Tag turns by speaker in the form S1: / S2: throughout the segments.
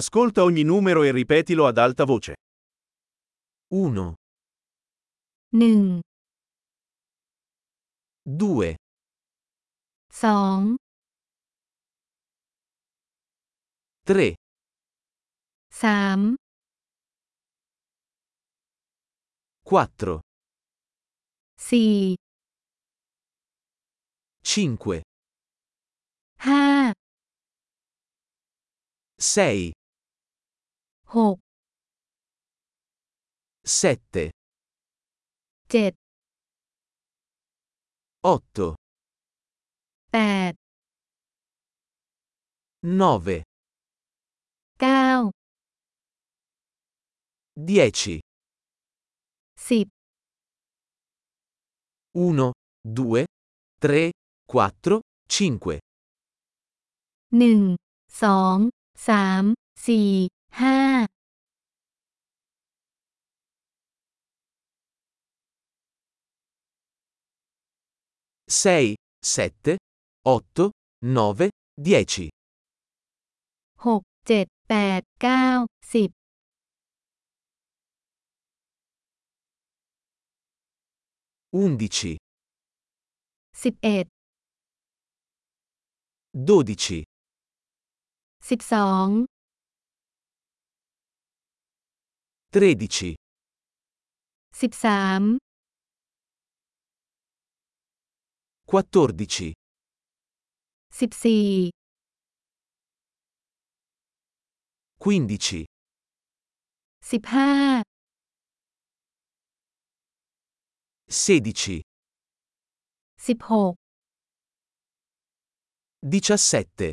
S1: Ascolta ogni numero e ripetilo ad alta voce.
S2: 1,
S3: หนึ่ง
S2: 2,
S3: สอง
S2: 3,
S3: สาม
S2: 4,
S3: สี่
S2: 5,
S3: ห้า
S2: 6,
S3: หก
S2: 7,
S3: เจ็ด
S2: 8,
S3: แปด
S2: 9,
S3: เก้า
S2: 10,
S3: สิบ
S2: 1, 2, 3, 4, 5,
S3: หนึ่ง สอง สาม สี่ ห้า
S2: 6, 7, 8, 9, 10,
S3: หก เจ็ด แปด เก้า สิบ
S2: 11,
S3: สิบเอ็ด
S2: 12,
S3: สิบสอง
S2: 13,
S3: สิบสาม
S2: 14,
S3: สิบสี่
S2: 15,
S3: สิบห้า
S2: 16,
S3: สิบหก
S2: 17,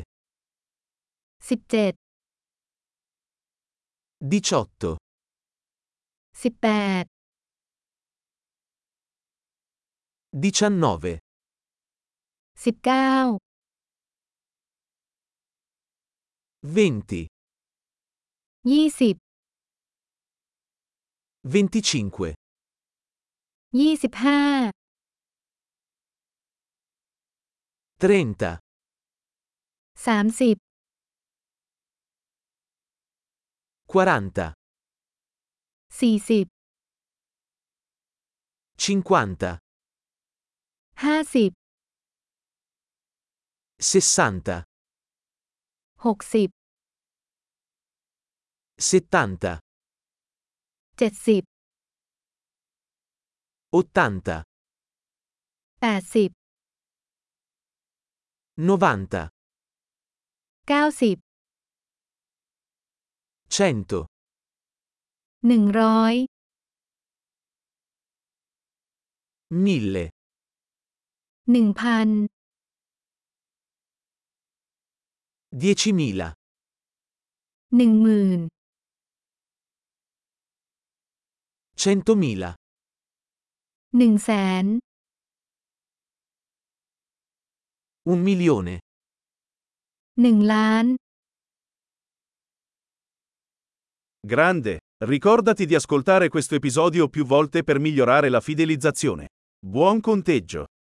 S3: สิบเจ็ด
S2: 18,
S3: สิบแปด
S2: 19,
S3: สิบเก้า
S2: 20,
S3: ยี่สิบ
S2: 25,
S3: ยี่สิบห้า
S2: 30,
S3: สามสิบ
S2: 40,
S3: สี่สิบ
S2: 50,
S3: ห้าสิบ
S2: 60,
S3: หกสิบ
S2: 70,
S3: เจ็ดสิบ
S2: 80,
S3: แปดสิบ
S2: 90,
S3: เก้าสิบ
S2: 100,
S3: หนึ่งร้อย
S2: 1000,
S3: หนึ่งพัน
S2: 10.000,
S3: หนึ่งหมื่น
S2: 100.000,
S3: หนึ่งแสน
S2: 1 milione,
S3: หนึ่งล้าน
S1: Grande, ricordati di ascoltare questo episodio più volte per migliorare la fidelizzazione. Buon conteggio!